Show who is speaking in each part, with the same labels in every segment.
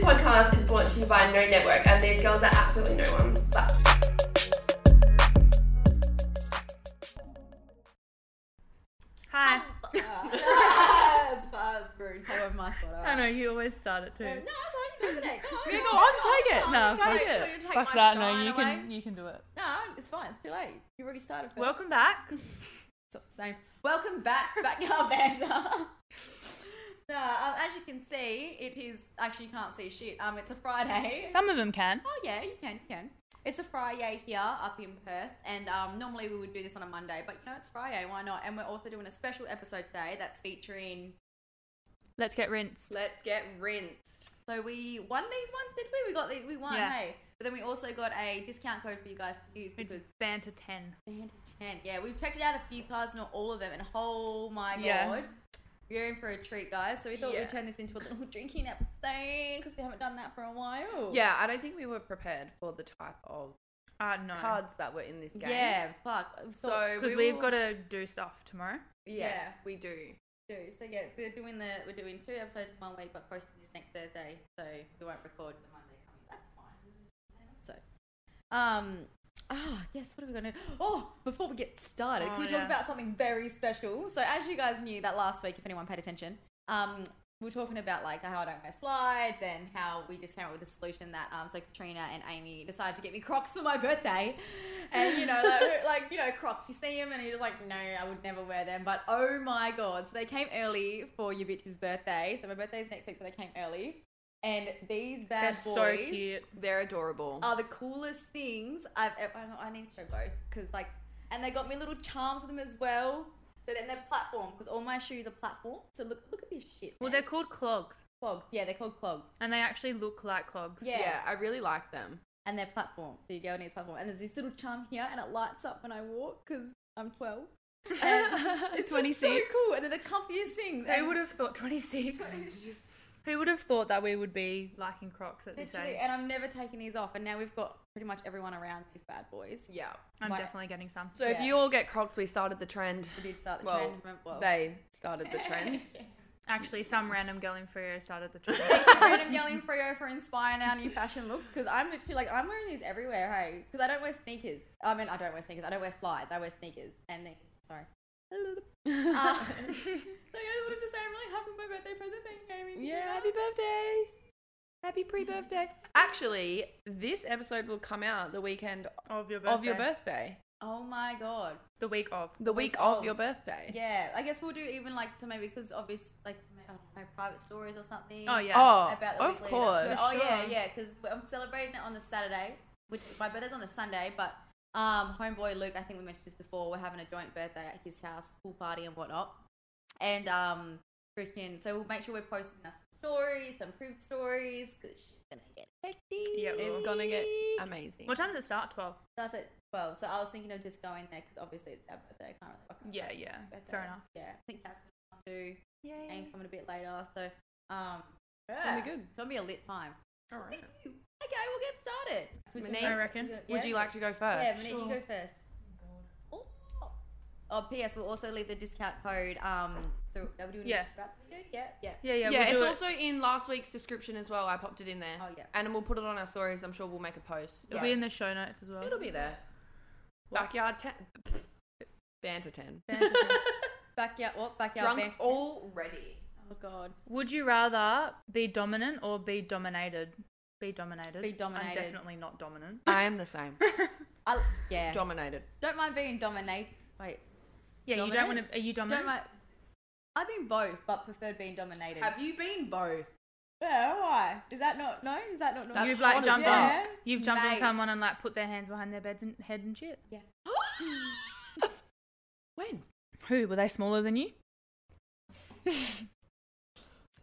Speaker 1: podcast is brought to you by No Network, and these girls are absolutely no one. But
Speaker 2: Um,
Speaker 3: Hi.
Speaker 2: As far as rude. I love my spot.
Speaker 3: I know you always start it too.
Speaker 2: No, I thought you did it. uh, No,
Speaker 4: Yeah,
Speaker 2: no,
Speaker 4: go on, take it.
Speaker 3: No,
Speaker 2: no,
Speaker 3: fuck
Speaker 2: no,
Speaker 3: it.
Speaker 2: you take
Speaker 4: Fuck
Speaker 2: my
Speaker 4: that. No,
Speaker 2: shine
Speaker 4: you
Speaker 2: away.
Speaker 4: can you can do it.
Speaker 2: No, it's fine. It's too late. You've already started first.
Speaker 3: Welcome back.
Speaker 2: So- Same. Welcome back, backyard banter. no, um, as you can see, it is actually you can't see shit. Um, it's a Friday.
Speaker 4: Some of them can.
Speaker 2: Oh yeah, you can, you can. It's a Friday here up in Perth, and um, normally we would do this on a Monday, but you know it's Friday, why not? And we're also doing a special episode today that's featuring.
Speaker 4: Let's get rinsed.
Speaker 1: let's get rinsed.
Speaker 2: So we won these ones, did we? We got the, we won,
Speaker 4: Yeah.
Speaker 2: hey. But then we also got a discount code for you guys to use
Speaker 4: It's
Speaker 2: because
Speaker 4: banter ten.
Speaker 2: Band of Ten. Yeah, we've checked it out a few cards, not all of them, and oh my
Speaker 4: Yeah.
Speaker 2: god, you're in for a treat, guys. So we thought
Speaker 1: Yeah.
Speaker 2: we'd turn this into a little drinking episode because we haven't done that for a while.
Speaker 1: Yeah, I don't think we were prepared for the type of
Speaker 4: Uh no.
Speaker 1: cards that were in this game.
Speaker 2: yeah. Fuck. So
Speaker 1: So
Speaker 4: Because
Speaker 1: we
Speaker 4: we have
Speaker 1: will-
Speaker 4: got to do stuff tomorrow.
Speaker 1: Yes,
Speaker 2: Yeah.
Speaker 1: we do.
Speaker 2: so yeah, we're doing the we're doing two episodes in one week, but posting this next Thursday, so we won't record the Monday coming. That's fine. So, um. Ah, yes, what are we going to Oh, before we get started,
Speaker 4: Oh,
Speaker 2: can we
Speaker 4: yeah.
Speaker 2: talk about something very special? So, as you guys knew that last week, if anyone paid attention, um, we were talking about like how I don't wear slides and how we just came up with a solution that um, so Katrina and Amy decided to get me Crocs for my birthday, and you know like, like you know Crocs, you see them and you're just like no, I would never wear them, but oh my god, so they came early for your bitch's birthday. So my birthday's next week, so they came early, and these
Speaker 4: They're
Speaker 2: bad
Speaker 4: so
Speaker 2: boys
Speaker 4: cute.
Speaker 1: They're adorable.
Speaker 2: are the coolest things I've ever. hang on, I need to show both because like, and they got me little charms with them as well. So then they're platform because all my shoes are platform. So look, look at this shit.
Speaker 4: Well, they're
Speaker 2: man.
Speaker 4: called clogs,
Speaker 2: clogs. Yeah, they're called clogs,
Speaker 4: and they actually look like clogs.
Speaker 2: yeah.
Speaker 1: I really like them.
Speaker 2: and they're platform. So you go and it's platform, and there's this little charm here, and it lights up when I walk because I'm twelve. And it's twenty
Speaker 4: 26.
Speaker 2: six. So cool, and they're the comfiest things.
Speaker 4: Who
Speaker 2: and-
Speaker 4: would have thought twenty six? Who would have thought that we would be liking Crocs at this
Speaker 2: Literally,
Speaker 4: age?
Speaker 2: and I'm never taking these off. And now we've got pretty much everyone around these bad boys.
Speaker 1: Yeah.
Speaker 4: I'm
Speaker 2: my-
Speaker 4: definitely getting some.
Speaker 1: So if
Speaker 2: Yeah.
Speaker 1: you all get Crocs, we started the trend.
Speaker 2: We did start the
Speaker 1: Well,
Speaker 2: trend. remember- Well,
Speaker 1: They started the trend.
Speaker 4: Actually, some random girl in Frio started the trend.
Speaker 2: Madam yelling Frio for inspiring our new fashion looks because I'm literally like I'm wearing these everywhere, hey. Because I don't wear sneakers. I mean, I don't wear sneakers. I don't wear slides. I wear sneakers and these. Sorry. Uh, so yeah, I just wanted to say I'm really happy with my birthday present. Thank you, Amy.
Speaker 1: yeah, happy birthday. Happy pre birthday. Actually, this episode will come out the weekend
Speaker 4: of your birthday.
Speaker 1: of your birthday.
Speaker 2: Oh my god.
Speaker 4: The week of.
Speaker 1: The
Speaker 2: Week
Speaker 1: week of
Speaker 2: of.
Speaker 1: your birthday.
Speaker 2: Yeah, I guess we'll do even like so maybe because obvious like I don't know, private stories or something.
Speaker 4: Oh yeah.
Speaker 1: Oh,
Speaker 2: about the
Speaker 1: of
Speaker 2: week leading up to it.
Speaker 1: course.
Speaker 2: Oh
Speaker 4: For
Speaker 2: yeah,
Speaker 4: sure.
Speaker 2: yeah, because I'm celebrating it on the Saturday, which my birthday's on the Sunday, but um, homeboy Luke, I think we mentioned this before, we're having a joint birthday at his house, pool party and whatnot, and um, freaking, so we'll make sure we're posting us some stories, some proof stories, because she's gonna get hectic.
Speaker 4: Yeah, it
Speaker 1: It's
Speaker 4: will.
Speaker 1: gonna get amazing.
Speaker 4: What time does it start? Twelve.
Speaker 2: That's it. Well, so I was thinking of just going there because obviously it's our birthday. I can't really. fucking
Speaker 4: Yeah,
Speaker 2: go
Speaker 4: yeah.
Speaker 2: to birthday.
Speaker 4: Fair enough.
Speaker 2: Yeah, I think that's what I'll do.
Speaker 4: Yay.
Speaker 2: Aim's coming a bit later, so um,
Speaker 1: It's gonna
Speaker 2: yeah.
Speaker 1: be good.
Speaker 2: It's gonna be a lit time.
Speaker 4: All right.
Speaker 2: Okay, we'll get started.
Speaker 1: Manine,
Speaker 4: I reckon.
Speaker 1: Would you like to go first?
Speaker 2: Yeah, Manine,
Speaker 4: Sure.
Speaker 2: you go first. Oh. Oh, P.S. We'll also leave the discount code. Um, through, are we doing
Speaker 4: Yeah.
Speaker 2: this throughout the video? Yeah, yeah.
Speaker 4: Yeah, yeah.
Speaker 1: Yeah,
Speaker 4: we'll
Speaker 1: it's
Speaker 4: do it.
Speaker 1: also in last week's description as well. I popped it in there.
Speaker 2: Oh, yeah.
Speaker 1: And we'll put it on our stories. I'm sure we'll make a post.
Speaker 4: It'll be in the show notes as well.
Speaker 1: It'll be there.
Speaker 4: What?
Speaker 1: Backyard 10. Banter 10.
Speaker 4: Fantastic.
Speaker 2: Backyard, what? Backyard
Speaker 1: Drunk
Speaker 2: banter.
Speaker 1: already.
Speaker 2: Oh, God.
Speaker 4: Would you rather be dominant or be dominated? Be dominated.
Speaker 2: Be dominated.
Speaker 4: I'm definitely not dominant.
Speaker 1: I am the same.
Speaker 2: I, yeah.
Speaker 1: Dominated.
Speaker 2: Don't mind being dominated. Wait,
Speaker 4: Yeah, you don't want
Speaker 2: Dominant?
Speaker 4: to. Are you
Speaker 2: don't
Speaker 4: dominant?
Speaker 2: mind. I've been both, but preferred being dominated.
Speaker 1: Have you been both?
Speaker 2: yeah, why? Is that not, no? Is that not normal?
Speaker 4: You've
Speaker 1: That's
Speaker 4: like
Speaker 1: hot as
Speaker 4: jumped on.
Speaker 2: Yeah.
Speaker 4: You've jumped on
Speaker 2: Mate.
Speaker 4: someone and like put their hands behind their beds and head and shit.
Speaker 2: Yeah.
Speaker 1: When?
Speaker 4: Who were they smaller than you?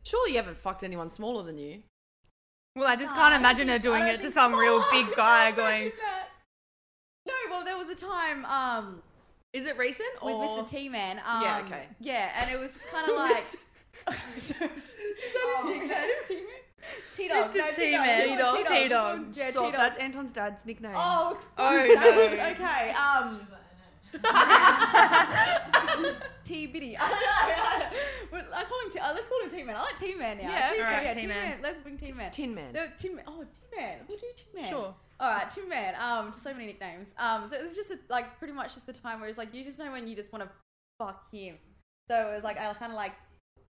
Speaker 1: Surely you haven't fucked anyone smaller than you.
Speaker 4: Well, I just
Speaker 2: No, I
Speaker 4: can't
Speaker 2: don't
Speaker 4: imagine
Speaker 2: think
Speaker 4: her
Speaker 2: so.
Speaker 4: doing
Speaker 2: I don't
Speaker 4: it to
Speaker 2: think
Speaker 4: some
Speaker 2: so.
Speaker 4: real
Speaker 2: I
Speaker 4: big
Speaker 2: can't
Speaker 4: guy
Speaker 2: imagine
Speaker 4: going.
Speaker 2: that. No, well, there was a time um,
Speaker 1: Is it recent?
Speaker 2: with
Speaker 1: Or...
Speaker 2: Mr. T Man. Um,
Speaker 1: Yeah, okay.
Speaker 2: Yeah, and it was just kind of like. Is that
Speaker 1: Oh.
Speaker 2: T-Man? T-Dog.
Speaker 4: Mr.
Speaker 2: No,
Speaker 4: T-Man.
Speaker 2: T-Dog.
Speaker 4: T-Dog. T-Dog.
Speaker 2: Yeah,
Speaker 1: Stop,
Speaker 2: T-Dog.
Speaker 1: that's Anton's dad's nickname.
Speaker 2: Oh,
Speaker 4: Oh,
Speaker 2: no. okay. Um, T Biddy. I don't know. I don't know. But I call him T- oh, let's call him T Man. I like T Man now.
Speaker 1: Yeah.
Speaker 2: Tin-
Speaker 4: Alright,
Speaker 2: yeah,
Speaker 4: Tin
Speaker 2: Tin
Speaker 4: Man.
Speaker 2: Man. Let's bring T Man.
Speaker 1: Tin Man.
Speaker 2: No, Tin Man. Oh, Tin Man. We'll do Tin Man.
Speaker 4: Sure.
Speaker 2: All right, Tin Man. Um, just so many nicknames. Um, so it was just a, like pretty much just the time where it's like you just know when you just want to fuck him. So it was like I kind of like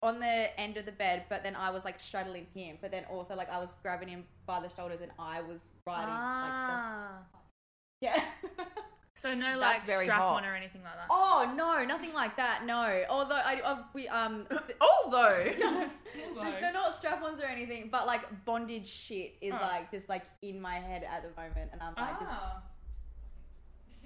Speaker 2: on the end of the bed, but then I was like straddling him, but then also like I was grabbing him by the shoulders and I was riding.
Speaker 4: Ah.
Speaker 2: Like, the, yeah.
Speaker 4: So no
Speaker 1: That's
Speaker 4: like
Speaker 1: very
Speaker 4: strap
Speaker 1: hot.
Speaker 4: on or anything like that.
Speaker 2: Oh no, nothing like that. No, although I, I we um,
Speaker 1: Uh,
Speaker 2: th-
Speaker 1: oh, Although,
Speaker 2: there's no not strap-ons or anything, but like bondage shit is
Speaker 4: Oh. Ah.
Speaker 2: like just like in my head at the moment, and I'm like just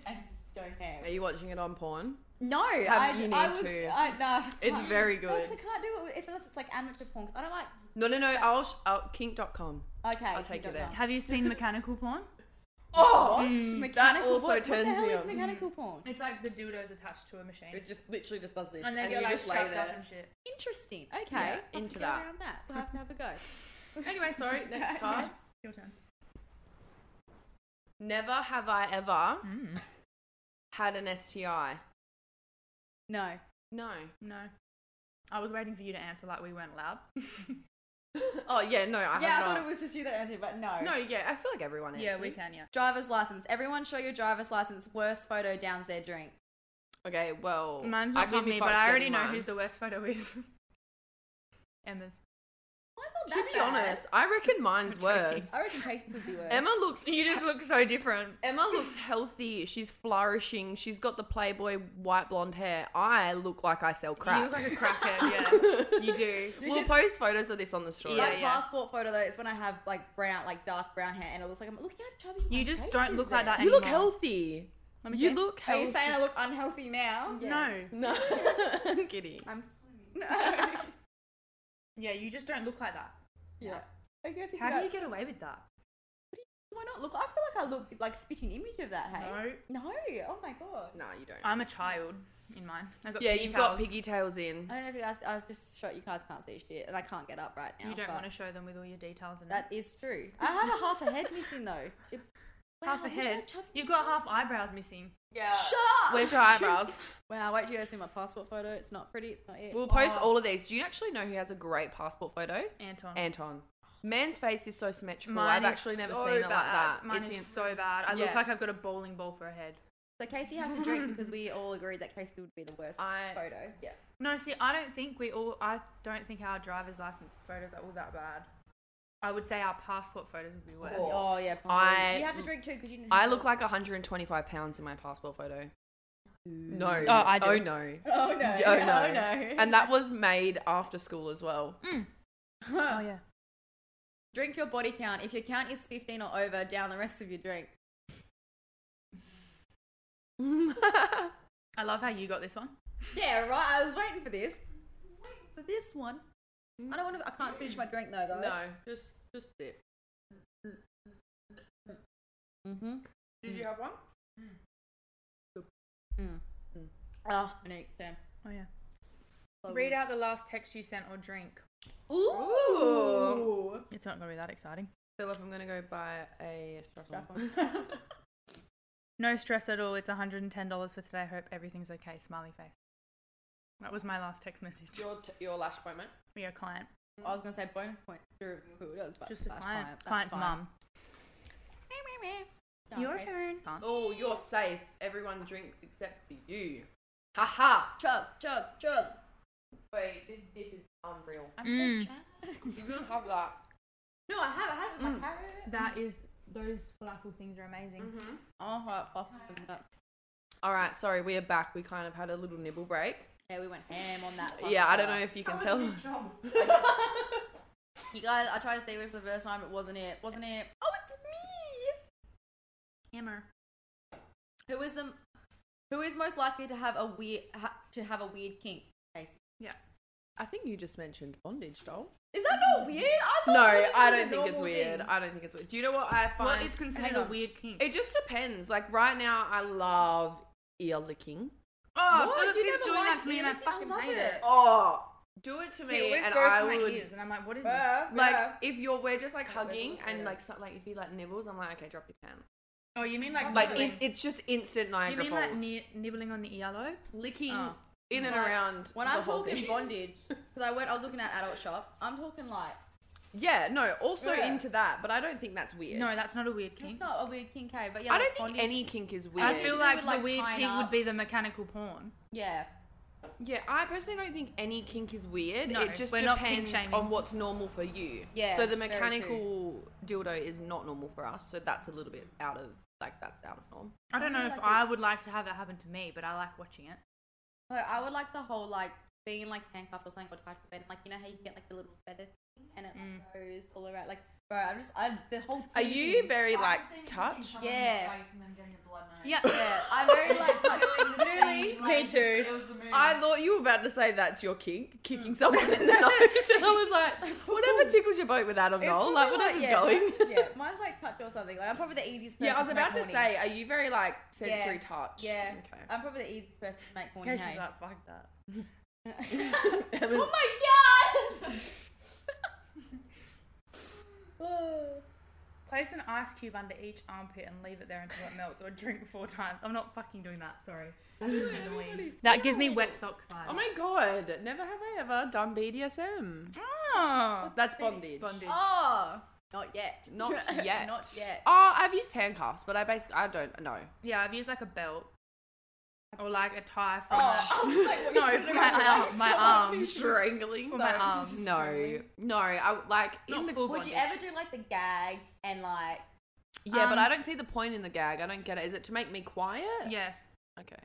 Speaker 2: I just don't care.
Speaker 1: are you watching it on porn?
Speaker 2: No, I,
Speaker 1: um, you
Speaker 2: I
Speaker 1: need
Speaker 2: was
Speaker 1: to.
Speaker 2: I, no,
Speaker 1: It's
Speaker 2: can't.
Speaker 1: very
Speaker 2: No, 'cause
Speaker 1: good.
Speaker 2: I can't do it with- if unless it's like amateur porn. 'cause I don't like.
Speaker 1: No, no, no. I'll, sh- I'll kink.com.
Speaker 2: Okay,
Speaker 1: I'll take
Speaker 2: you
Speaker 1: you
Speaker 2: don't
Speaker 1: there.
Speaker 2: know.
Speaker 4: Have you seen mechanical porn?
Speaker 1: Oh,
Speaker 2: What?
Speaker 1: mm, that
Speaker 2: Mechanical-
Speaker 1: also
Speaker 2: what, what
Speaker 1: turns
Speaker 2: the hell
Speaker 1: me
Speaker 2: is
Speaker 1: on. Mm.
Speaker 2: mechanical porn?
Speaker 4: It's like the dildo's attached to a machine.
Speaker 1: It just literally just does this,
Speaker 4: and then you're like strapped up and shit.
Speaker 2: Interesting. Okay,
Speaker 1: Yeah,
Speaker 2: I'll have to
Speaker 1: into
Speaker 2: get
Speaker 1: that.
Speaker 2: around that. We'll have to have a go.
Speaker 1: Anyway, sorry. Next
Speaker 2: Yeah.
Speaker 1: card.
Speaker 4: Your turn.
Speaker 1: Never have I ever
Speaker 4: Mm.
Speaker 1: had an STI.
Speaker 2: No.
Speaker 1: No.
Speaker 4: No. I was waiting for you to answer like we weren't allowed.
Speaker 1: Oh yeah, no, I have
Speaker 2: yeah, I
Speaker 1: not.
Speaker 2: thought it was just you that answered, but no.
Speaker 1: No, yeah, I feel like everyone is.
Speaker 4: yeah, we can, yeah.
Speaker 2: Driver's license. Everyone show your driver's license. Worst photo downs their drink.
Speaker 1: Okay, well,
Speaker 4: Mine's
Speaker 1: I
Speaker 4: not
Speaker 1: can't
Speaker 4: with
Speaker 1: be
Speaker 4: me, but
Speaker 1: fucked
Speaker 4: I already
Speaker 1: getting
Speaker 4: know
Speaker 1: mine.
Speaker 4: who's the worst photo is. Emma's.
Speaker 2: I
Speaker 1: To be honest, I reckon mine's
Speaker 4: I'm joking.
Speaker 1: worse.
Speaker 2: I reckon Casey's would be worse.
Speaker 1: Emma looks.
Speaker 4: You just look so different.
Speaker 1: Emma looks healthy. She's flourishing. She's got the playboy white blonde hair. I look like I sell
Speaker 4: You
Speaker 1: crack.
Speaker 4: look like a crackhead, yeah. you do.
Speaker 1: we'll post photos of this on the story.
Speaker 2: my
Speaker 4: Yeah, yeah.
Speaker 2: passport photo though, it's when I have like brown, like dark brown hair, and it looks like I'm look how chubby.
Speaker 4: You
Speaker 2: my
Speaker 4: just
Speaker 2: face
Speaker 4: don't
Speaker 2: is
Speaker 4: look like
Speaker 2: there.
Speaker 4: that
Speaker 1: You look
Speaker 4: anymore.
Speaker 1: healthy.
Speaker 4: Let me
Speaker 1: You
Speaker 4: see.
Speaker 1: look
Speaker 2: Are
Speaker 1: healthy.
Speaker 2: you saying I look unhealthy now?
Speaker 4: No.
Speaker 1: No, I'm kidding.
Speaker 2: I'm. No.
Speaker 4: Yeah, you just don't look like that.
Speaker 2: yeah. I guess if
Speaker 4: How do
Speaker 2: don't-
Speaker 4: you get away with that?
Speaker 2: Why not look? I feel like I look like spitting image of that. Hey.
Speaker 4: No.
Speaker 2: No. Oh my god.
Speaker 1: No, you don't.
Speaker 4: I'm a child in mine. I've got
Speaker 1: yeah,
Speaker 4: piggy
Speaker 1: you've got
Speaker 4: tails.
Speaker 1: piggy tails in.
Speaker 2: I don't know if you guys. I just shot. You guys can't see shit, and I can't get up right now.
Speaker 4: You don't
Speaker 2: but
Speaker 4: want to show them with all your details in
Speaker 2: That
Speaker 4: it.
Speaker 2: is true. I have a half a head missing though. If-
Speaker 4: half
Speaker 2: Wow,
Speaker 4: a
Speaker 2: look how
Speaker 4: head.
Speaker 2: chubby
Speaker 4: You've got half eyebrows missing.
Speaker 1: Yeah.
Speaker 2: Shut up!
Speaker 1: Where's your eyebrows?
Speaker 2: Wow, wait till you guys see my passport photo. It's not pretty. It's not it.
Speaker 1: We'll post
Speaker 4: Oh.
Speaker 1: all of these. Do you actually know who has a great passport photo?
Speaker 4: Anton.
Speaker 1: Anton. Man's face is so symmetrical.
Speaker 4: Mine
Speaker 1: I've
Speaker 4: is
Speaker 1: actually never
Speaker 4: so
Speaker 1: seen it like
Speaker 4: bad.
Speaker 1: that.
Speaker 4: Mine
Speaker 1: it's
Speaker 4: is
Speaker 1: in-
Speaker 4: so bad. I
Speaker 1: Yeah.
Speaker 4: look like I've got a bowling ball for a head.
Speaker 2: so Casey has a drink because we all agreed that Casey would be the worst
Speaker 1: I-
Speaker 2: photo.
Speaker 1: yeah.
Speaker 4: No, see, I don't think we all. I don't think our driver's license photos are all that bad. I would say our passport photos would be worse.
Speaker 1: Oh.
Speaker 2: Oh yeah.
Speaker 1: I-
Speaker 2: probably. you have a drink too because you. didn't
Speaker 1: I
Speaker 2: have
Speaker 1: look
Speaker 2: yours.
Speaker 1: like 125 pounds in my passport photo. No. Oh,
Speaker 4: I do.
Speaker 1: no.
Speaker 2: Mm. Oh no.
Speaker 1: Oh no.
Speaker 2: Oh no.
Speaker 1: And that was made after school as well.
Speaker 4: Oh yeah.
Speaker 2: drink your body count. If your count is fifteen or over, down the rest of your drink.
Speaker 4: I love how you got this one.
Speaker 2: Yeah, right. I was waiting for this. Waiting for this one. I don't want to. I can't finish my drink though, guys.
Speaker 1: no, just just it.
Speaker 2: Mm-hmm.
Speaker 1: Did you have one?
Speaker 2: Oh, I know. Sam.
Speaker 4: Oh yeah.
Speaker 2: Well,
Speaker 4: Read out the last text you sent or drink.
Speaker 1: Ooh.
Speaker 4: It's not gonna be that exciting.
Speaker 1: Philip, I'm gonna go buy a strap
Speaker 2: Strap
Speaker 1: on.
Speaker 2: on.
Speaker 4: No stress at all. It's $110 for today. Hope everything's okay. Smiley face. That was my last text message.
Speaker 1: Your t- your lash moment.
Speaker 4: We are client.
Speaker 2: I was gonna say bonus points through who it was, but
Speaker 4: Just a
Speaker 2: that's
Speaker 4: client.
Speaker 2: fine, that's
Speaker 4: Client's
Speaker 2: fine.
Speaker 4: mum.
Speaker 2: No,
Speaker 4: Your
Speaker 2: okay.
Speaker 4: turn.
Speaker 1: Oh, you're safe. Everyone drinks except for you. Haha.
Speaker 2: Chug, chug, chug.
Speaker 1: Wait, this dip is unreal.
Speaker 2: I'm chug.
Speaker 1: You can have that.
Speaker 2: No, I have. I have it with my carrot.
Speaker 4: That is, those falafel things are amazing.
Speaker 2: Oh, right, fuck. fuck, fuck.
Speaker 1: All right, sorry, we are back. We kind of had a little nibble break.
Speaker 2: Yeah, we went ham on that.
Speaker 1: yeah, I don't know
Speaker 2: fucker.
Speaker 1: if you can tell.
Speaker 2: You guys, I tried to stay with for the first time. It wasn't it. Wasn't it? Oh, it's
Speaker 4: Hammer.
Speaker 2: me. Who is the? Who is most likely to have a weird ha, to have a weird kink? Casey.
Speaker 1: I think you just mentioned bondage, doll.
Speaker 2: Is that not weird? I thought
Speaker 1: No,
Speaker 2: bondage
Speaker 1: I
Speaker 2: was a
Speaker 1: don't think it's
Speaker 2: normal
Speaker 1: weird.
Speaker 2: thing.
Speaker 1: I don't think it's weird. Do you know what I find?
Speaker 4: What is considered
Speaker 2: Hang
Speaker 4: a
Speaker 2: on.
Speaker 4: weird kink?
Speaker 1: it just depends. Like right now, I love ear licking.
Speaker 4: oh,
Speaker 2: What?
Speaker 4: Philip
Speaker 2: You
Speaker 4: keeps
Speaker 2: never
Speaker 4: doing that
Speaker 2: liked
Speaker 4: to me and I
Speaker 2: anything? I
Speaker 4: fucking
Speaker 2: love
Speaker 4: hate
Speaker 2: it.
Speaker 4: it.
Speaker 1: Oh, do it to
Speaker 4: It
Speaker 1: me,
Speaker 4: always
Speaker 1: and
Speaker 4: goes to
Speaker 1: I
Speaker 4: my
Speaker 1: would.
Speaker 4: ears and I'm like, what is this?
Speaker 2: Yeah,
Speaker 1: Like
Speaker 2: yeah.
Speaker 1: if you're we're just like hugging
Speaker 2: nibbles,
Speaker 1: and
Speaker 2: yeah.
Speaker 1: like so, like if he like nibbles, I'm like okay, drop your pan.
Speaker 4: Oh, you mean like
Speaker 1: Like
Speaker 4: nibbling?
Speaker 1: it, it's just instant
Speaker 4: you
Speaker 1: Niagara
Speaker 4: mean
Speaker 1: Falls.
Speaker 4: like ni- nibbling on the earlobe?
Speaker 1: licking
Speaker 4: Oh.
Speaker 1: in and
Speaker 2: Like,
Speaker 1: around.
Speaker 2: When
Speaker 1: the
Speaker 2: I'm
Speaker 1: whole
Speaker 2: talking
Speaker 1: thing.
Speaker 2: bondage, Because I went, I was looking at adult shop. I'm talking like
Speaker 1: Yeah, no, also
Speaker 2: Yeah.
Speaker 1: into that, but I don't think that's weird.
Speaker 4: No, that's not a weird kink.
Speaker 2: it's not a weird kink, hey, but
Speaker 1: I
Speaker 2: yeah, like
Speaker 1: don't think
Speaker 2: bondage-
Speaker 1: any kink is weird.
Speaker 4: I feel
Speaker 2: You
Speaker 4: like
Speaker 2: would,
Speaker 4: the
Speaker 2: like,
Speaker 4: weird
Speaker 2: tie it
Speaker 4: kink
Speaker 2: up.
Speaker 4: would be the mechanical porn.
Speaker 2: Yeah,
Speaker 1: Yeah, I personally don't think any kink is weird.
Speaker 4: No,
Speaker 1: it just
Speaker 4: we're not kink
Speaker 1: depends
Speaker 4: shaming.
Speaker 1: on what's normal for you.
Speaker 2: Yeah,
Speaker 1: So the
Speaker 2: very true.
Speaker 1: mechanical dildo is not normal for us, so that's a little bit out of like that's out of norm.
Speaker 4: I don't know
Speaker 2: I
Speaker 4: if
Speaker 2: like
Speaker 4: I would like to have it happen to me, but I like watching it.
Speaker 2: No, I would like the whole like being like handcuffed or something or tied to the bed. Like you know how you can get like the little feather thing and it like, goes all around. Like bro, I'm just I the whole.
Speaker 1: Mm. Are you
Speaker 2: teasing-
Speaker 1: very like touch?
Speaker 2: Yeah.
Speaker 4: Yeah.
Speaker 2: Yeah, I'm very like, like
Speaker 3: Really? Me too.
Speaker 1: I thought you were about to say that's your kink, kicking someone in the nose, and I was Mm. like, whatever tickles your boat with that or
Speaker 2: it's
Speaker 1: not,
Speaker 2: probably,
Speaker 1: like whatever's
Speaker 2: yeah,
Speaker 1: going.
Speaker 2: mine's- yeah, mine's like touch or something. Like I'm probably the easiest. person
Speaker 1: Yeah, I was
Speaker 2: to
Speaker 1: about
Speaker 2: make
Speaker 1: to
Speaker 2: horny.
Speaker 1: say, are you very like sensory
Speaker 2: Yeah.
Speaker 1: touch?
Speaker 2: Yeah, Uh,
Speaker 1: Okay.
Speaker 2: I'm probably the easiest person to make horny.
Speaker 4: Casey's
Speaker 2: Hey.
Speaker 4: like, fuck that.
Speaker 2: oh my god!
Speaker 4: Place an ice cube under each armpit and leave it there until it melts, or drink four times. I'm not fucking doing that. Sorry. That's just annoying. That gives me wet socks vibes.
Speaker 1: Oh my god, never have I ever done BDSM.
Speaker 4: Oh.
Speaker 1: That's bondage.
Speaker 4: Bondage.
Speaker 2: oh, not yet.
Speaker 1: Not yet.
Speaker 2: Not yet.
Speaker 1: Oh, I've used handcuffs, but I basically I don't know.
Speaker 4: Yeah, I've used like a belt or like a tie for
Speaker 2: Oh, I was like,
Speaker 4: my,
Speaker 2: what, you put
Speaker 4: no,
Speaker 2: it
Speaker 4: for
Speaker 2: around
Speaker 4: my
Speaker 2: your
Speaker 4: arm,
Speaker 2: waist?
Speaker 4: my arm,
Speaker 1: Strangling.
Speaker 4: for my arm.
Speaker 1: No, no. I like in
Speaker 4: Not
Speaker 1: the
Speaker 4: full
Speaker 2: Would you ever do like the gag and like?
Speaker 1: yeah, but
Speaker 4: Um,
Speaker 1: I don't see the point in the gag. I don't get it. Is it to make me quiet?
Speaker 4: Yes,
Speaker 1: Okay.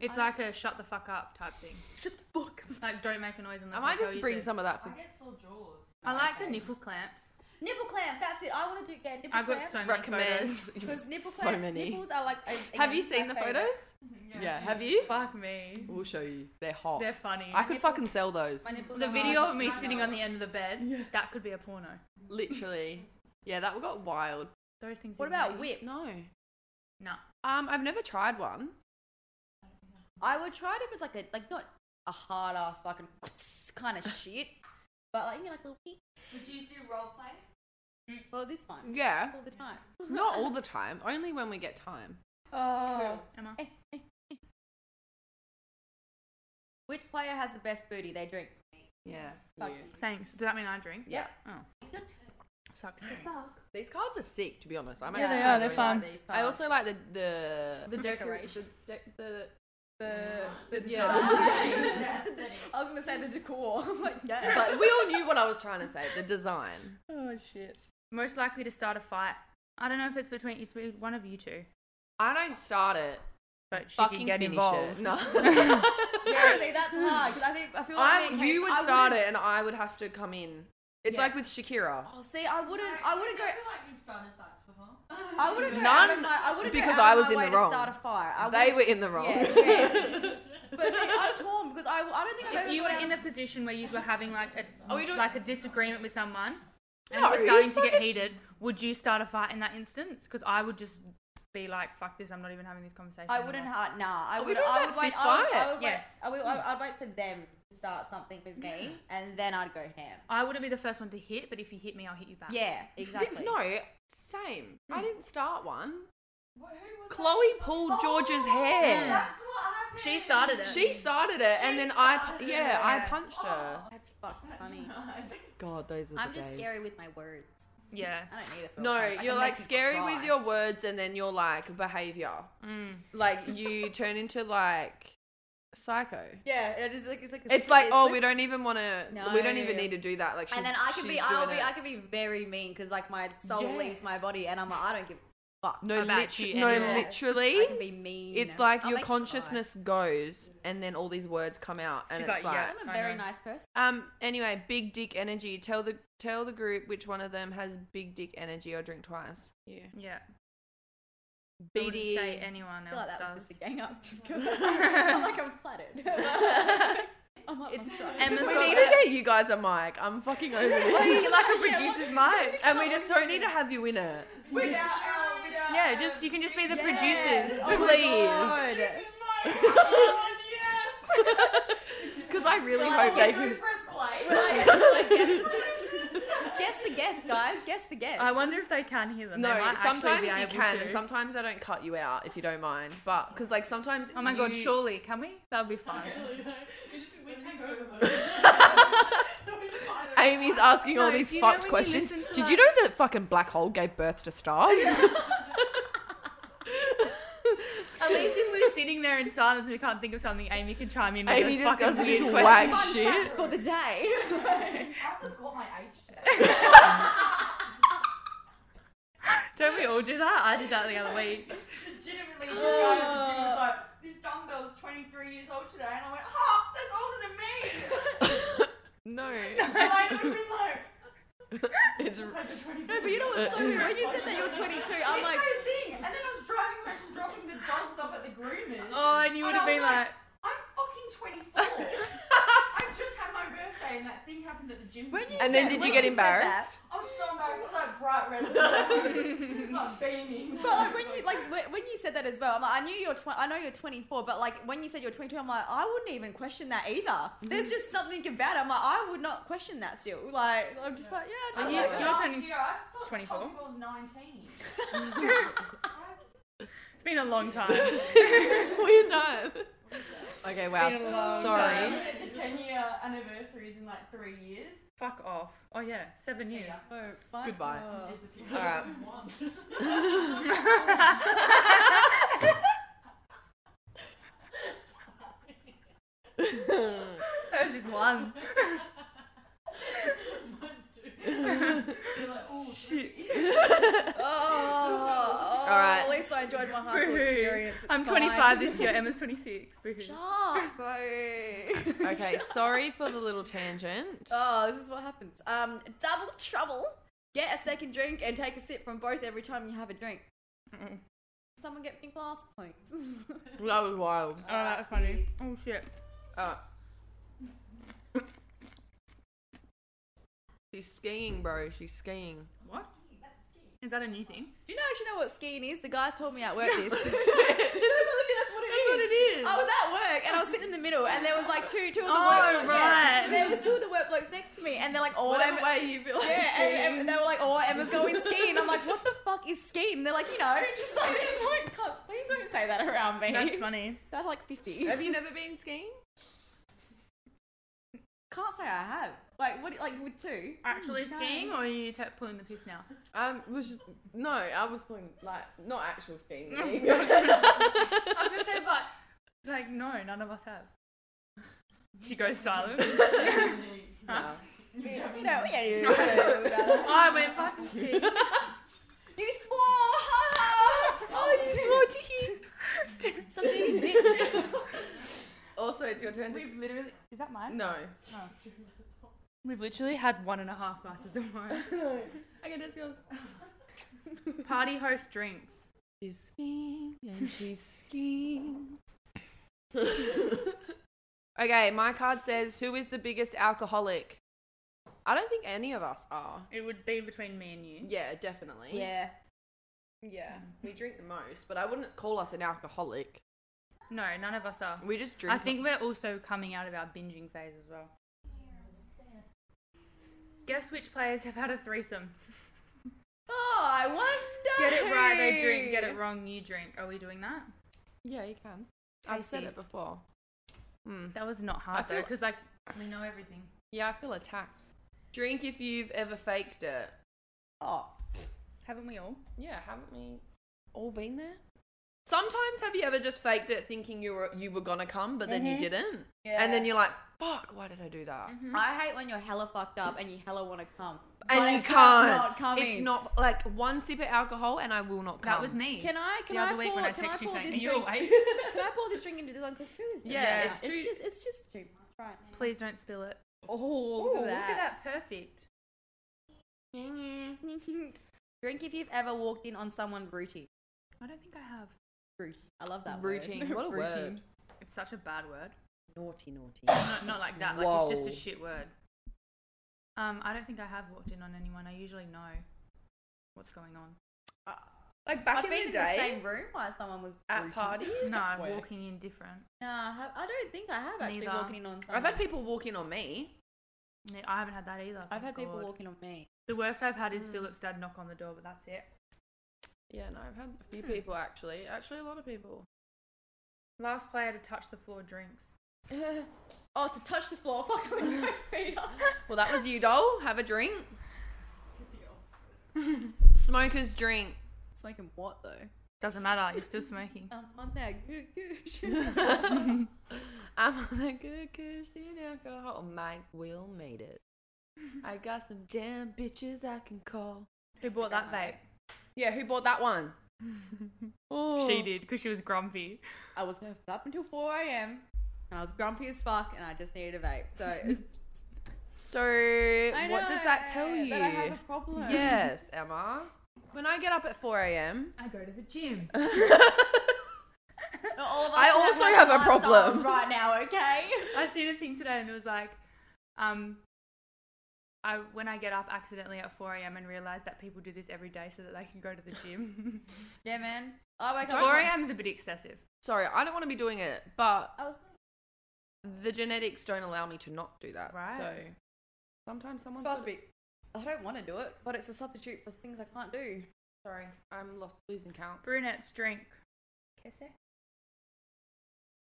Speaker 4: it's like a shut the fuck up type thing.
Speaker 1: Shut the fuck.
Speaker 4: Like don't make a noise unless
Speaker 1: I
Speaker 4: I,
Speaker 1: might
Speaker 4: tell
Speaker 1: just
Speaker 4: you
Speaker 1: bring
Speaker 4: to.
Speaker 1: some of that for
Speaker 5: get sore jaws.
Speaker 4: I like the nipple clamps.
Speaker 2: Nipple clamps. That's it. I want to do get nipple
Speaker 4: I've got
Speaker 2: clamps.
Speaker 4: so many
Speaker 1: recommend.
Speaker 4: photos.
Speaker 2: Because nipple
Speaker 1: so
Speaker 2: clamp,
Speaker 1: many.
Speaker 2: nipples are like. a-
Speaker 1: Have you
Speaker 2: again,
Speaker 1: seen the
Speaker 2: my favourite.
Speaker 1: photos? Yeah. Have you?
Speaker 4: Fuck me,
Speaker 1: We'll show you. They're hot.
Speaker 4: they're funny.
Speaker 1: I could fucking sell those.
Speaker 2: My nipples
Speaker 4: the
Speaker 2: are
Speaker 4: video
Speaker 2: hard.
Speaker 4: of me sitting on the end of the bed, that could be a porno.
Speaker 1: Literally. Yeah, that got wild.
Speaker 4: Those things.
Speaker 2: What
Speaker 4: are
Speaker 2: about
Speaker 4: amazing.
Speaker 2: whip?
Speaker 1: No.
Speaker 4: No.
Speaker 1: Um, I've never tried one.
Speaker 2: I would try it if it's like a like not a hard ass fucking kind of shit, but like you know like a little. peek.
Speaker 5: Would you do role play?
Speaker 2: Well, this one
Speaker 1: Yeah.
Speaker 2: all the time.
Speaker 1: Not all the time. Only when we get time.
Speaker 2: Oh.
Speaker 4: Emma.
Speaker 2: Which player has the best booty? They drink.
Speaker 1: Yeah.
Speaker 2: Fuck
Speaker 1: Weird.
Speaker 2: you.
Speaker 4: Thanks. Does that mean I drink?
Speaker 1: Yeah.
Speaker 4: Oh, sucks to suck.
Speaker 1: These cards are sick, to be honest. I'm
Speaker 2: Yeah,
Speaker 1: actually
Speaker 4: they
Speaker 1: kinda
Speaker 4: are, they're
Speaker 1: really
Speaker 4: fun.
Speaker 1: like-
Speaker 2: these
Speaker 1: I
Speaker 2: cards.
Speaker 1: also like the the
Speaker 2: The decoration.
Speaker 1: The, dec- the
Speaker 2: the, the
Speaker 1: Yeah.
Speaker 2: design. I was gonna say the decor. I'm like, yeah.
Speaker 1: but we all knew what I was trying to say. The design.
Speaker 4: Oh shit. Most likely to start a fight. I don't know if it's between it's with one of you two,
Speaker 1: I don't start it.
Speaker 4: but she
Speaker 1: fucking
Speaker 4: could get
Speaker 1: finish
Speaker 4: involved.
Speaker 1: it. No.
Speaker 2: yeah, see, that's hard because I think I feel like
Speaker 1: I,
Speaker 2: me and Kate-
Speaker 1: you would
Speaker 2: I
Speaker 1: start
Speaker 2: wouldn't-
Speaker 1: it, and I would have to come in. It's
Speaker 4: Yeah.
Speaker 1: like with Shakira.
Speaker 2: Oh, see, I wouldn't. I wouldn't go.
Speaker 5: I feel like you've started fights before.
Speaker 2: I wouldn't go. out
Speaker 1: None,
Speaker 2: of my, I wouldn't
Speaker 1: because
Speaker 2: go out
Speaker 1: I
Speaker 2: of
Speaker 1: was
Speaker 2: my
Speaker 1: in
Speaker 2: way
Speaker 1: the
Speaker 2: to
Speaker 1: wrong.
Speaker 2: Start a fire. I
Speaker 1: They
Speaker 2: wouldn't-
Speaker 1: were in the wrong.
Speaker 2: Yeah, yeah. but see, I'm torn because I, I don't think I've ever
Speaker 4: If you
Speaker 2: gone
Speaker 4: were
Speaker 2: out-
Speaker 4: in a position where you were having like a
Speaker 1: Are we doing-
Speaker 4: like a disagreement with someone and
Speaker 1: No,
Speaker 4: it was
Speaker 1: you
Speaker 4: starting to get
Speaker 1: fucking-
Speaker 4: heated, would you start a fight in that instance? Because I would just be like, "Fuck this! I'm not even having this conversation."
Speaker 2: I
Speaker 4: anymore."
Speaker 2: wouldn't ha Nah, I
Speaker 1: Are we
Speaker 2: would.
Speaker 1: doing
Speaker 2: I
Speaker 1: that Mm.
Speaker 2: would wait.
Speaker 1: fist
Speaker 2: I would,
Speaker 1: fight?
Speaker 2: I would
Speaker 4: Yes.
Speaker 2: Wait, I would, I, I'd wait for them to start something with me, and then I'd go ham.
Speaker 4: I wouldn't be the first one to hit, but if you hit me, I'll hit you back.
Speaker 2: Yeah, exactly.
Speaker 1: No, same. I didn't start one.
Speaker 5: What, who was
Speaker 1: Chloe
Speaker 5: that?
Speaker 1: pulled
Speaker 5: Oh,
Speaker 1: George's hair.
Speaker 5: That's what happened.
Speaker 4: She started it.
Speaker 1: She started it, and
Speaker 5: She
Speaker 1: then I,
Speaker 5: started
Speaker 1: yeah,
Speaker 4: it.
Speaker 1: I punched her.
Speaker 2: That's fucking funny.
Speaker 1: God, those were the
Speaker 2: I'm just
Speaker 1: days.
Speaker 2: scary with my words.
Speaker 4: Yeah.
Speaker 2: I don't need it.
Speaker 1: No, you're like scary with your words and then your like behavior.
Speaker 4: Mm.
Speaker 1: Like you turn into like psycho.
Speaker 2: Yeah, it is like it's like. a
Speaker 1: It's like,
Speaker 2: split
Speaker 1: oh, we
Speaker 2: lips.
Speaker 1: don't even want to. We don't even need to do that. Like, she's,
Speaker 2: And then I could be,
Speaker 1: she's
Speaker 2: I'll be,
Speaker 1: doing
Speaker 2: I
Speaker 1: it.
Speaker 2: could be very mean because like my soul
Speaker 1: Yes.
Speaker 2: leaves my body, and I'm like, I don't give a fuck.
Speaker 1: No,
Speaker 4: about
Speaker 1: liter-
Speaker 4: you
Speaker 1: no,
Speaker 4: anyway.
Speaker 1: literally.
Speaker 2: I can be mean. oh,
Speaker 1: It's like
Speaker 2: I'll
Speaker 1: your
Speaker 2: make you cry.
Speaker 1: consciousness goes, and then all these words come out, and
Speaker 4: She's
Speaker 1: it's like,
Speaker 4: like, yeah.
Speaker 2: I'm a
Speaker 4: I
Speaker 2: very
Speaker 4: know.
Speaker 2: nice person.
Speaker 1: um. Anyway, big dick energy. Tell the tell the group which one of them has big dick energy or drink twice. Yeah.
Speaker 4: Yeah. I wouldn't
Speaker 1: BD.
Speaker 4: say anyone
Speaker 2: I feel
Speaker 4: else
Speaker 2: like that was
Speaker 4: does.
Speaker 2: just a gang up. I'm like, I'm flattered. I'm like,
Speaker 4: It's-
Speaker 2: I'm
Speaker 4: Emma's
Speaker 1: we
Speaker 4: got
Speaker 1: need to
Speaker 4: that-
Speaker 1: get you guys a mic. I'm fucking over this.
Speaker 4: like a producer's mic.
Speaker 1: and we just don't need to have you in it.
Speaker 5: Without, our- without
Speaker 4: Yeah,
Speaker 5: our-
Speaker 4: just you can just be the
Speaker 2: Yes.
Speaker 4: producers.
Speaker 2: Oh my
Speaker 1: Please.
Speaker 2: God.
Speaker 5: This is my God, yes.
Speaker 1: Because I really
Speaker 2: Like,
Speaker 1: hope they
Speaker 5: Press,
Speaker 1: can.
Speaker 5: press play.
Speaker 2: Guess the guess, guys. Guess the guess.
Speaker 4: I wonder if they can hear them. they
Speaker 1: No,
Speaker 4: might
Speaker 1: sometimes
Speaker 4: actually
Speaker 1: you
Speaker 4: be able
Speaker 1: can,
Speaker 4: to.
Speaker 1: and sometimes I don't cut you out if you don't mind. But because Oh like sometimes,
Speaker 4: oh my god!
Speaker 1: you-
Speaker 4: Surely, can we? That'd be fun.
Speaker 1: Amy's asking all
Speaker 4: No,
Speaker 1: these
Speaker 4: do you know
Speaker 1: fucked
Speaker 4: when you
Speaker 1: questions.
Speaker 4: listen to,
Speaker 1: Did you know that fucking black hole gave birth to stars?
Speaker 4: At least if we're sitting there in silence and we can't think of something, Amy can chime in with
Speaker 1: Amy
Speaker 4: those
Speaker 1: just
Speaker 4: fucking
Speaker 1: goes to this
Speaker 4: weird
Speaker 1: whack
Speaker 4: questions.
Speaker 1: shit.
Speaker 2: for the day.
Speaker 5: I forgot my age today.
Speaker 4: Don't we all do that? I did that the other week.
Speaker 5: Legitimately, this guy at the gym was like, this dumbbell's 23 years old today. And I went, oh, that's older than me.
Speaker 1: No,
Speaker 5: And I would have been like,
Speaker 1: it's
Speaker 5: "It's like the 24."
Speaker 2: But you know what's so weird? When you said that you were 22, I'm
Speaker 5: It's
Speaker 2: like,
Speaker 5: so thing. And then I was driving home from dropping the dogs off at the groomers.
Speaker 4: Oh, and you would
Speaker 5: And I
Speaker 4: have
Speaker 5: was
Speaker 4: been
Speaker 5: like-
Speaker 4: like,
Speaker 5: I'm fucking 24. I just had my birthday and that thing happened at the gym.
Speaker 2: When you
Speaker 5: I
Speaker 1: And then
Speaker 2: said-
Speaker 1: did
Speaker 2: when
Speaker 1: you get
Speaker 2: said that-
Speaker 1: embarrassed?
Speaker 5: was so embarrassed. I was like bright red. I'm like beaming.
Speaker 2: But like when you like wh- when you said that as well, I'm like, I knew you're tw- I know you're 24, but like when you said you're 22, I'm like I wouldn't even question that either. There's just something about it. I'm like I would not question that still. Like I'm just like yeah, I
Speaker 5: I was
Speaker 2: just
Speaker 4: you-
Speaker 5: like,
Speaker 4: you're
Speaker 5: last
Speaker 4: turning
Speaker 5: year, I thought
Speaker 4: 24?
Speaker 5: Tommy was 19.
Speaker 4: it's been a long time.
Speaker 1: weird time. Okay, wow.
Speaker 4: been a long
Speaker 1: Sorry.
Speaker 4: time.
Speaker 5: Um, I said the 10 year anniversary is in like three years.
Speaker 4: Fuck off. Oh yeah, seven
Speaker 5: See
Speaker 4: years.
Speaker 5: ya.
Speaker 2: so fun.
Speaker 1: Goodbye.
Speaker 2: Oh.
Speaker 5: Disappeared.
Speaker 1: All right.
Speaker 5: Once.
Speaker 4: That was just one.
Speaker 5: Mine's two. You're like, oh, shit.
Speaker 2: Oh, oh,
Speaker 1: right.
Speaker 2: At least I enjoyed my high school
Speaker 4: Boo-hoo.
Speaker 2: experience. It's
Speaker 4: I'm
Speaker 2: fine.
Speaker 4: 25 this year. Emma's 26. Boo-hoo.
Speaker 2: Shut up, bro.
Speaker 1: Okay, sorry for the little tangent.
Speaker 2: Oh, this is what happens. Um, double trouble. Get a second drink and take a sip from both every time you have a drink.
Speaker 4: Mm-mm.
Speaker 2: Someone get me glass points.
Speaker 1: That was wild.
Speaker 4: Oh, that was funny. Oh shit.
Speaker 1: Uh. She's skiing, bro. She's skiing.
Speaker 4: What? Is that a new thing?
Speaker 2: Do you know actually know what skiing is? The guys told me at work this. That's what
Speaker 1: That's what it is.
Speaker 2: I was at work and I was sitting in the middle and there was like two two of the
Speaker 4: Oh,
Speaker 2: work
Speaker 4: right.
Speaker 2: yeah, there was two of the work blokes next to me and they're like oh
Speaker 1: Whatever
Speaker 2: Emma,
Speaker 1: way you feel like
Speaker 2: yeah
Speaker 1: skiing.
Speaker 2: and, and they were like oh Emma's going skiing I'm like what the fuck is skiing they're like you know just like, it's like God, please don't say that around me
Speaker 4: That's funny.
Speaker 2: that's like 50
Speaker 1: Have you never been skiing?
Speaker 2: Can't say I have. Like what? Like with two?
Speaker 4: Actually skiing, or are you t- pulling the piss now?
Speaker 1: Um, was just, no, I was playing like not actual skiing.
Speaker 4: I was gonna say, but like, no, none of us have. She goes silent.
Speaker 1: No.
Speaker 2: You know, yeah, you, you
Speaker 4: I went fucking skiing.
Speaker 2: swore. oh, you swore to Something bitch.
Speaker 1: Also, it's your turn. To...
Speaker 4: We've literally. Is that mine?
Speaker 1: No.
Speaker 4: We've literally had one and a half glasses of wine.
Speaker 1: Okay, that's yours.
Speaker 4: Party host drinks.
Speaker 1: She's skiing and she's skiing. okay, my card says, "Who is the biggest alcoholic?" I don't think any of us are.
Speaker 4: It would be between me and you.
Speaker 1: Yeah, definitely.
Speaker 2: Yeah.
Speaker 1: Yeah, we drink the most, but I wouldn't call us an alcoholic.
Speaker 4: No, none of us are.
Speaker 1: We just drink.
Speaker 4: I think we're also coming out of our binging phase as well. Guess which players have had a threesome?
Speaker 2: Oh, I wonder.
Speaker 4: Get it right, they drink. Get it wrong, you drink. Are we doing that?
Speaker 1: Yeah, you can. I've said
Speaker 4: Tasty.
Speaker 1: it before. Hmm.
Speaker 4: That was not
Speaker 1: I
Speaker 4: hard though,
Speaker 1: feel-
Speaker 4: because like we know everything.
Speaker 1: Yeah, I feel attacked. Drink if you've ever faked it.
Speaker 2: Oh,
Speaker 4: Haven't we all?
Speaker 1: Yeah, haven't we all been there? Sometimes have you ever just faked it thinking you were you were gonna come, but then you didn't,
Speaker 2: Mm-hmm. yeah. Mm-hmm.
Speaker 1: and then you're like, "Fuck, why did I do that?"
Speaker 4: Hmm?
Speaker 2: I hate when you're hella fucked up and you hella want to come, but
Speaker 1: And you
Speaker 2: it's just
Speaker 1: can't.
Speaker 2: not coming.
Speaker 1: It's not like one sip of alcohol, and I will not come.
Speaker 4: That was me.
Speaker 2: Can I? Can
Speaker 4: the
Speaker 2: I
Speaker 4: other
Speaker 2: pour,
Speaker 4: week when I
Speaker 2: can
Speaker 4: text
Speaker 2: I
Speaker 4: you
Speaker 2: pour
Speaker 4: saying, "Are
Speaker 2: this
Speaker 4: you
Speaker 2: drink?
Speaker 4: awake?"
Speaker 2: Can I pour this drink into this one? Because two is just
Speaker 1: Yeah,
Speaker 2: too
Speaker 1: it's
Speaker 2: much.
Speaker 1: too-
Speaker 2: It's just. It's just too much right now.
Speaker 4: Please don't spill it.
Speaker 2: Oh,
Speaker 4: Ooh, look at that, perfect.
Speaker 1: Mm-hmm.
Speaker 2: Drink if you've ever walked in on someone rooty.
Speaker 4: I don't think I have.
Speaker 2: Rooty. I love that
Speaker 1: routine.
Speaker 2: word.
Speaker 1: What a word.
Speaker 4: It's such a bad word.
Speaker 1: Naughty, naughty.
Speaker 4: Not, not like that. Like it's
Speaker 1: Whoa.
Speaker 4: just a shit word. Um, I don't think I have walked in on anyone. I usually know what's going on.
Speaker 1: Like back
Speaker 2: I've
Speaker 1: in
Speaker 2: been
Speaker 1: the
Speaker 2: in
Speaker 1: day
Speaker 2: the same room while someone was
Speaker 1: at
Speaker 2: rooty.
Speaker 1: parties,
Speaker 4: No, I'm
Speaker 2: Swear.
Speaker 4: walking in different.
Speaker 2: No, I, have, I don't think I have actually
Speaker 4: Neither.
Speaker 2: walking in on someone.
Speaker 1: I've had people walk in on me.
Speaker 4: No, I haven't had that either.
Speaker 2: I've
Speaker 4: thank
Speaker 2: had people
Speaker 4: God.
Speaker 2: walking on me.
Speaker 4: The worst I've had is Philip's dad knock on the door, but that's it.
Speaker 1: Yeah, no, I've had a
Speaker 2: Hmm.
Speaker 1: few people actually. Actually, a lot of people.
Speaker 4: Last player to touch the floor drinks.
Speaker 2: oh, to touch the floor. Fuck.
Speaker 1: Well, that was you, doll. Have a drink. Smokers drink.
Speaker 2: Smoking what though?
Speaker 4: Doesn't matter. You're still smoking.
Speaker 2: Um, on that good, good shit.
Speaker 1: I'm like a cushion alcohol. Mike will made it. I got some damn bitches I can call.
Speaker 4: Who bought that vape?
Speaker 1: Yeah, who bought that one? oh.
Speaker 4: She did because she was grumpy.
Speaker 2: I was up until 4 a.m. and I was grumpy as fuck and I just needed a vape. So it's-
Speaker 1: So
Speaker 2: I
Speaker 1: what does that
Speaker 2: know
Speaker 1: tell you?
Speaker 2: That I have a problem.
Speaker 1: yes, Emma. When I get up at 4 a.m.,
Speaker 4: I go to the gym.
Speaker 2: All of us
Speaker 1: I
Speaker 2: that
Speaker 1: also have a
Speaker 2: lifestyles
Speaker 1: problem.
Speaker 2: right now. Okay.
Speaker 4: I seen a thing today and it was like, um, I when I get up accidentally at 4 a.m. and realize that people do this every day so that they can go to the gym.
Speaker 2: Yeah, man. I wake up.
Speaker 4: 4 a.m. is a bit excessive.
Speaker 1: sorry, I don't want to be doing it, but
Speaker 2: I was
Speaker 1: the genetics don't allow me to not do that.
Speaker 4: Right.
Speaker 1: So sometimes someone's
Speaker 2: last week. I don't want to do it, but it's a substitute for things I can't do.
Speaker 1: Sorry, I'm lost losing count.
Speaker 4: Brunettes drink. Kese?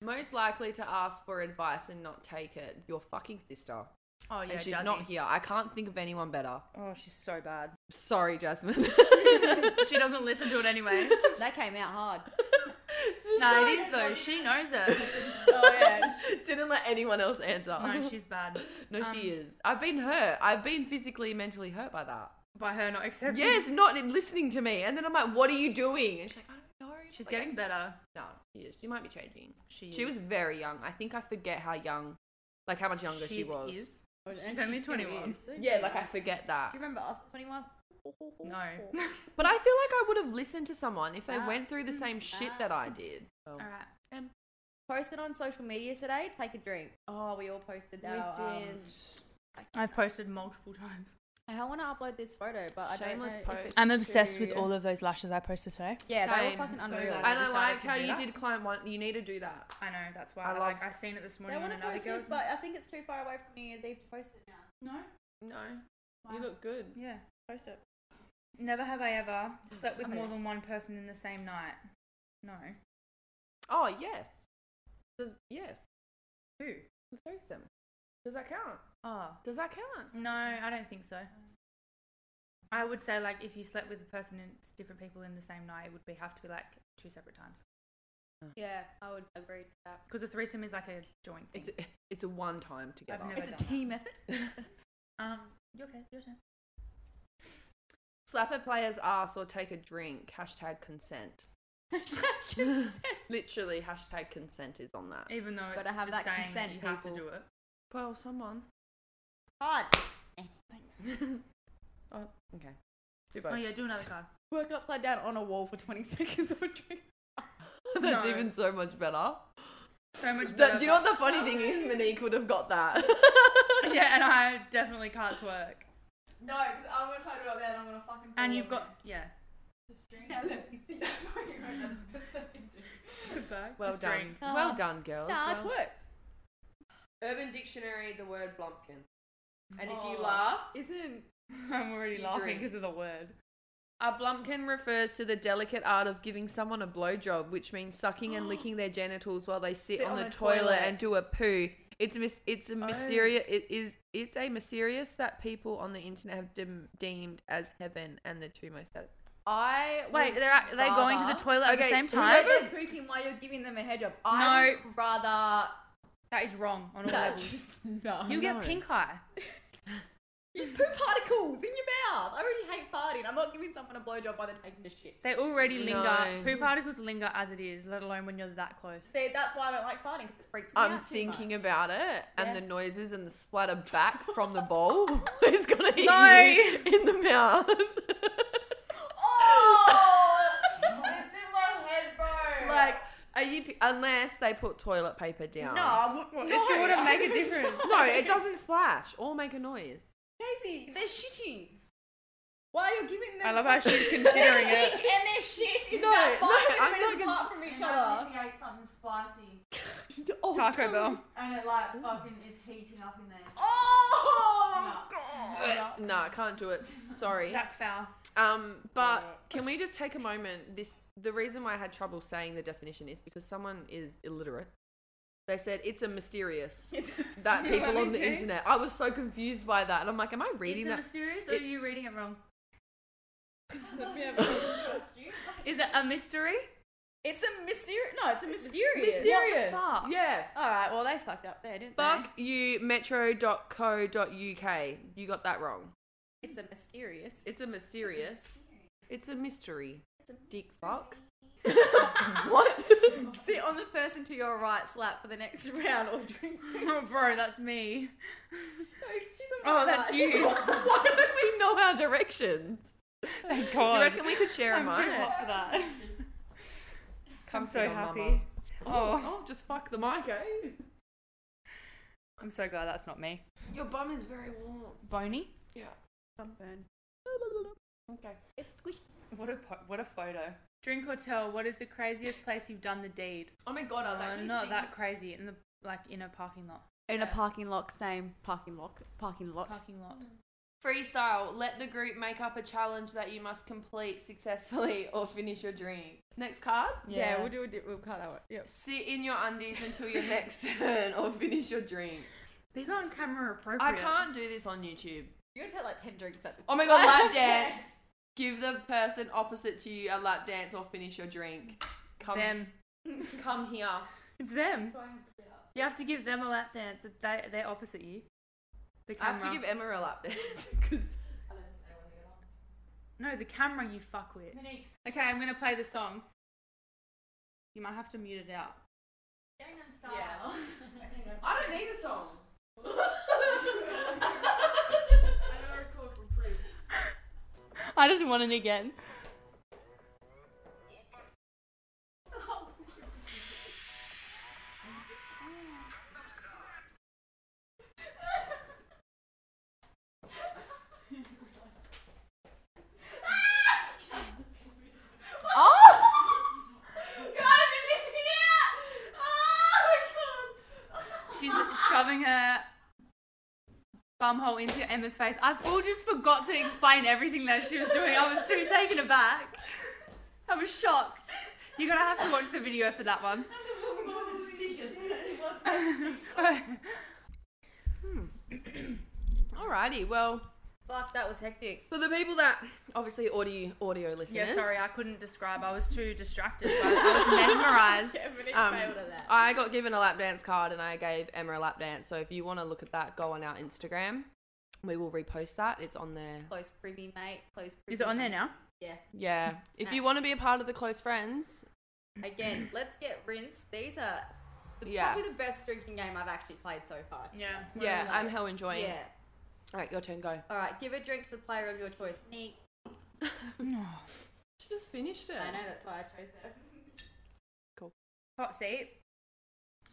Speaker 1: Most likely to ask for advice and not take it, your fucking sister.
Speaker 4: Oh yeah,
Speaker 1: and she's
Speaker 4: Jazzy.
Speaker 1: not here. I can't think of anyone better.
Speaker 4: Oh, she's so bad.
Speaker 1: Sorry, Jasmine.
Speaker 4: She doesn't listen to it anyway.
Speaker 2: That came out hard.
Speaker 4: no, it is though. She knows it.
Speaker 2: oh yeah.
Speaker 1: Didn't let anyone else answer.
Speaker 4: No, she's bad.
Speaker 1: No, she
Speaker 4: um,
Speaker 1: is. I've been hurt. I've been physically, mentally hurt by that.
Speaker 4: By her not accepting.
Speaker 1: Yes, not in- listening to me. And then I'm like, what are you doing? And she's like, I don't know.
Speaker 4: She's
Speaker 1: Like,
Speaker 4: getting better.
Speaker 1: No, she is. She might be changing.
Speaker 4: She.
Speaker 1: She
Speaker 4: is.
Speaker 1: was very young. I think I forget how young, like how much younger she
Speaker 4: She's-
Speaker 1: was.
Speaker 4: is.
Speaker 2: And
Speaker 4: She's only
Speaker 2: still
Speaker 4: 21.
Speaker 2: is.
Speaker 1: Yeah, like I forget that.
Speaker 2: Do you remember us at 21?
Speaker 4: No.
Speaker 1: But I feel like I would have listened to someone if they
Speaker 2: Ah.
Speaker 1: went through the same shit that I did.
Speaker 4: All right.
Speaker 2: Posted on social media today. Take a drink. Oh, we all posted um, that.
Speaker 4: I've posted multiple times.
Speaker 2: I want to upload this photo, but I
Speaker 1: Shameless
Speaker 2: don't know
Speaker 1: post.
Speaker 4: I'm obsessed with all of those lashes I posted today.
Speaker 2: Yeah, they
Speaker 1: Same.
Speaker 2: were fucking
Speaker 4: So
Speaker 2: unreal.
Speaker 4: glad.
Speaker 1: And I
Speaker 4: decided
Speaker 1: liked
Speaker 4: to
Speaker 1: how
Speaker 4: do
Speaker 1: you
Speaker 4: that.
Speaker 1: did client one. You need to do that.
Speaker 4: I know that's why.
Speaker 1: I
Speaker 4: I,
Speaker 1: love-
Speaker 4: like. I seen it this morning
Speaker 2: I
Speaker 4: on
Speaker 2: want to
Speaker 4: another
Speaker 2: post this,
Speaker 4: girl's.
Speaker 2: but I think it's too far away from New Year's Eve to post it now.
Speaker 4: No.
Speaker 1: No,
Speaker 4: Wow.
Speaker 1: you look good.
Speaker 4: Yeah. Post it. Mm, Never have I ever slept with
Speaker 2: I'm gonna-
Speaker 4: more than one person in the same night. No.
Speaker 1: Oh yes, does yes
Speaker 4: Who?
Speaker 1: the threesome? Does that count?
Speaker 4: Oh.
Speaker 1: Does that count?
Speaker 4: No, I don't think so. I would say like if you slept with a person and it's different people in the same night, it would be have to be like two separate times.
Speaker 2: Yeah, I would agree to that.
Speaker 4: Because a threesome is like a joint thing.
Speaker 1: It's a, it's a one time together.
Speaker 4: never-
Speaker 2: it's a
Speaker 4: done that.
Speaker 2: team effort.
Speaker 4: um, you okay? Your turn.
Speaker 1: Slap a player's ass or take a drink. Hashtag consent. Literally, hashtag consent is on that.
Speaker 4: Even though
Speaker 2: Gotta
Speaker 4: it's
Speaker 2: have
Speaker 4: just
Speaker 2: that
Speaker 4: saying
Speaker 2: consent,
Speaker 4: that you have to
Speaker 2: people.
Speaker 4: do it.
Speaker 1: Well, someone.
Speaker 2: Hard.
Speaker 1: Oh, okay. Do both.
Speaker 4: Oh yeah, do another card.
Speaker 2: Work upside down on a wall for 20 seconds of a drink.
Speaker 1: That's
Speaker 4: No.
Speaker 1: even so much better.
Speaker 4: So much.
Speaker 1: That,
Speaker 4: better
Speaker 1: do you know what the funny thing is? Monique would have got that.
Speaker 4: than- yeah, and I definitely can't twerk.
Speaker 2: No, because I'm going to try to do it there and I'm going to fucking.
Speaker 4: And you've got Oh, yeah.
Speaker 2: Now let me see that for you. That's the second drink.
Speaker 4: Goodbye.
Speaker 1: well
Speaker 4: Just
Speaker 1: done.
Speaker 4: drink.
Speaker 1: Well
Speaker 2: Ah.
Speaker 1: done, girls.
Speaker 2: Nah, it's
Speaker 1: Well-
Speaker 2: worked.
Speaker 1: Urban Dictionary, the word blumpkin. And if
Speaker 2: Oh.
Speaker 1: you laugh,
Speaker 2: Isn't.
Speaker 4: I'm already
Speaker 1: You
Speaker 4: laughing
Speaker 1: drink.
Speaker 4: because of the word.
Speaker 1: a blumpkin refers to the delicate art of giving someone a blowjob, which means sucking and licking their genitals while they sit, on, the, toilet, Oh. and do a poo. It's a mis- it's a mysterious it is it's a mysterious that people on the internet have dem- deemed as heaven and the two most sat-
Speaker 2: I.
Speaker 4: Wait,
Speaker 2: would
Speaker 4: they're at, they're going to the
Speaker 2: rather-
Speaker 4: toilet at
Speaker 1: Uh-huh.
Speaker 4: the
Speaker 1: Okay,
Speaker 4: same
Speaker 1: whoever-
Speaker 4: time.
Speaker 2: Whoever they're pooping while you're giving them a head job. I
Speaker 4: No.
Speaker 2: would rather.
Speaker 4: That is wrong on all levels.
Speaker 2: no.
Speaker 1: No.
Speaker 4: You get pink eye.
Speaker 2: You poop particles in your mouth. I already hate farting. I'm not giving someone a blowjob while they're taking a shit.
Speaker 4: They already linger.
Speaker 1: No.
Speaker 4: Poo particles linger as it is, let alone when you're that close.
Speaker 2: See, that's why I don't like farting because it freaks me out.
Speaker 1: I'm
Speaker 2: too
Speaker 1: thinking
Speaker 2: much.
Speaker 1: about it, and
Speaker 2: Yeah.
Speaker 1: the noises and the splatter back from the bowl is gonna hit
Speaker 4: No.
Speaker 1: you in the mouth.
Speaker 2: Oh, it's in my head, bro.
Speaker 1: like, are you? p- Unless they put toilet paper down.
Speaker 4: Well, it still wouldn't make a difference.
Speaker 1: no, it doesn't splash or make a noise.
Speaker 2: Casey, they're shitting. Why are you giving them?
Speaker 4: I love how she's
Speaker 2: Their
Speaker 4: considering it.
Speaker 2: dick and their shit is
Speaker 1: No,
Speaker 2: about
Speaker 1: no,
Speaker 2: five
Speaker 1: I'm
Speaker 2: centimeters
Speaker 1: not gonna-
Speaker 2: apart from each
Speaker 5: Imagine
Speaker 2: other.
Speaker 5: if he ate something spicy
Speaker 2: Oh,
Speaker 4: Taco Bell.
Speaker 5: and it like fucking is heating up in there.
Speaker 2: Oh,
Speaker 5: No.
Speaker 1: No, I can't do it. Sorry.
Speaker 4: That's foul.
Speaker 1: Um, but can we just take a moment? This the reason why I had trouble saying the definition is because someone is illiterate. They said it's a mysterious that people on the
Speaker 4: Mysterious.
Speaker 1: internet. I was so confused by that, and I'm like, am I
Speaker 4: It's
Speaker 1: reading
Speaker 4: a
Speaker 1: that?
Speaker 4: mysterious, or
Speaker 1: it-
Speaker 4: are you reading it wrong?
Speaker 5: Trust you.
Speaker 4: Is it a mystery?
Speaker 2: It's a mysterious. No, it's a mysterious.
Speaker 1: Mysterious.
Speaker 4: fuck?
Speaker 1: Yeah.
Speaker 2: All right. Well, they fucked up there, didn't
Speaker 1: Fuck you, metro.co.uk. You got that wrong.
Speaker 2: they? It's a mysterious.
Speaker 1: It's a mysterious. It's a mystery. Dick fuck.
Speaker 2: what? Sit on the person to your right's lap for the next round or drink.
Speaker 4: Oh, bro, that's me.
Speaker 2: Oh,
Speaker 4: Oh, that's you.
Speaker 1: Why don't we know our directions?
Speaker 4: Thank
Speaker 1: Do
Speaker 4: God.
Speaker 1: you reckon we could share a
Speaker 4: I'm too
Speaker 1: mic?
Speaker 4: hot for that. I'm so
Speaker 1: sit on
Speaker 4: happy.
Speaker 1: Mama.
Speaker 4: Oh.
Speaker 1: Oh, just fuck the mic, eh?
Speaker 4: I'm so glad that's not me.
Speaker 1: Your bum is very warm.
Speaker 4: Bony.
Speaker 2: Sunburn.
Speaker 1: Okay.
Speaker 2: It's squishy.
Speaker 4: What a po- what a photo. Drink or tell. What is the craziest place you've done the deed?
Speaker 1: Oh my god, I was
Speaker 4: Uh,
Speaker 1: actually
Speaker 4: not
Speaker 1: thinking-
Speaker 4: that crazy. In the like in a parking lot.
Speaker 2: In a
Speaker 1: Yeah.
Speaker 2: parking lot, same parking lot, parking lot.
Speaker 4: Parking lot.
Speaker 1: Freestyle. Let the group make up a challenge that you must complete successfully or finish your dream. Next card.
Speaker 2: Yeah, we'll do a di- we'll cut that one. Yep.
Speaker 1: Sit in your undies until your next turn or finish your drink.
Speaker 4: These aren't camera appropriate.
Speaker 1: I can't do this on YouTube.
Speaker 2: You're gonna take like ten drinks at this.
Speaker 1: Oh my god, lap
Speaker 2: Okay.
Speaker 1: dance. Give the person opposite to you a lap dance or finish your drink. Come,
Speaker 4: Them.
Speaker 1: come here.
Speaker 4: It's them. You have to give them a lap dance. They they're opposite you. The
Speaker 1: I have
Speaker 4: camera.
Speaker 1: to give Emma a lap dance because
Speaker 4: no, the camera you fuck with.
Speaker 5: Monique's
Speaker 4: Okay, I'm gonna play the song. You might have to mute it out.
Speaker 5: Gangnam Style.
Speaker 1: I don't need a song.
Speaker 5: I know I recall from pre.
Speaker 4: I just want it again. She's shoving her bumhole into Emma's face. I full just forgot to explain everything that she was doing. I was too taken aback. I was shocked. You're gonna have to watch the video for that one.
Speaker 1: Alrighty, well,
Speaker 2: Fuck, that was hectic.
Speaker 1: for the people that obviously audio audio listeners,
Speaker 4: yeah, sorry, I couldn't describe. I was too distracted. But I was mesmerized.
Speaker 1: um,
Speaker 2: failed at that.
Speaker 1: I got given a lap dance card and I gave Emma a lap dance. So if you want to look at that, go on our Instagram. We will repost that. It's on there.
Speaker 2: Close privy, mate. Close privy.
Speaker 4: Is it on there now?
Speaker 2: Yeah.
Speaker 1: Yeah. If you want to be a part of the close friends,
Speaker 2: Again, let's get rinsed. These are the,
Speaker 1: Yeah.
Speaker 2: probably the best drinking game I've actually played so far.
Speaker 4: Yeah.
Speaker 1: yeah, I'm hell enjoying.
Speaker 2: Yeah.
Speaker 1: All right, your turn. Go.
Speaker 2: All right. Give a drink to the player of your choice. Neat.
Speaker 1: She just finished it.
Speaker 2: I know that's why I chose it.
Speaker 4: Hot seat.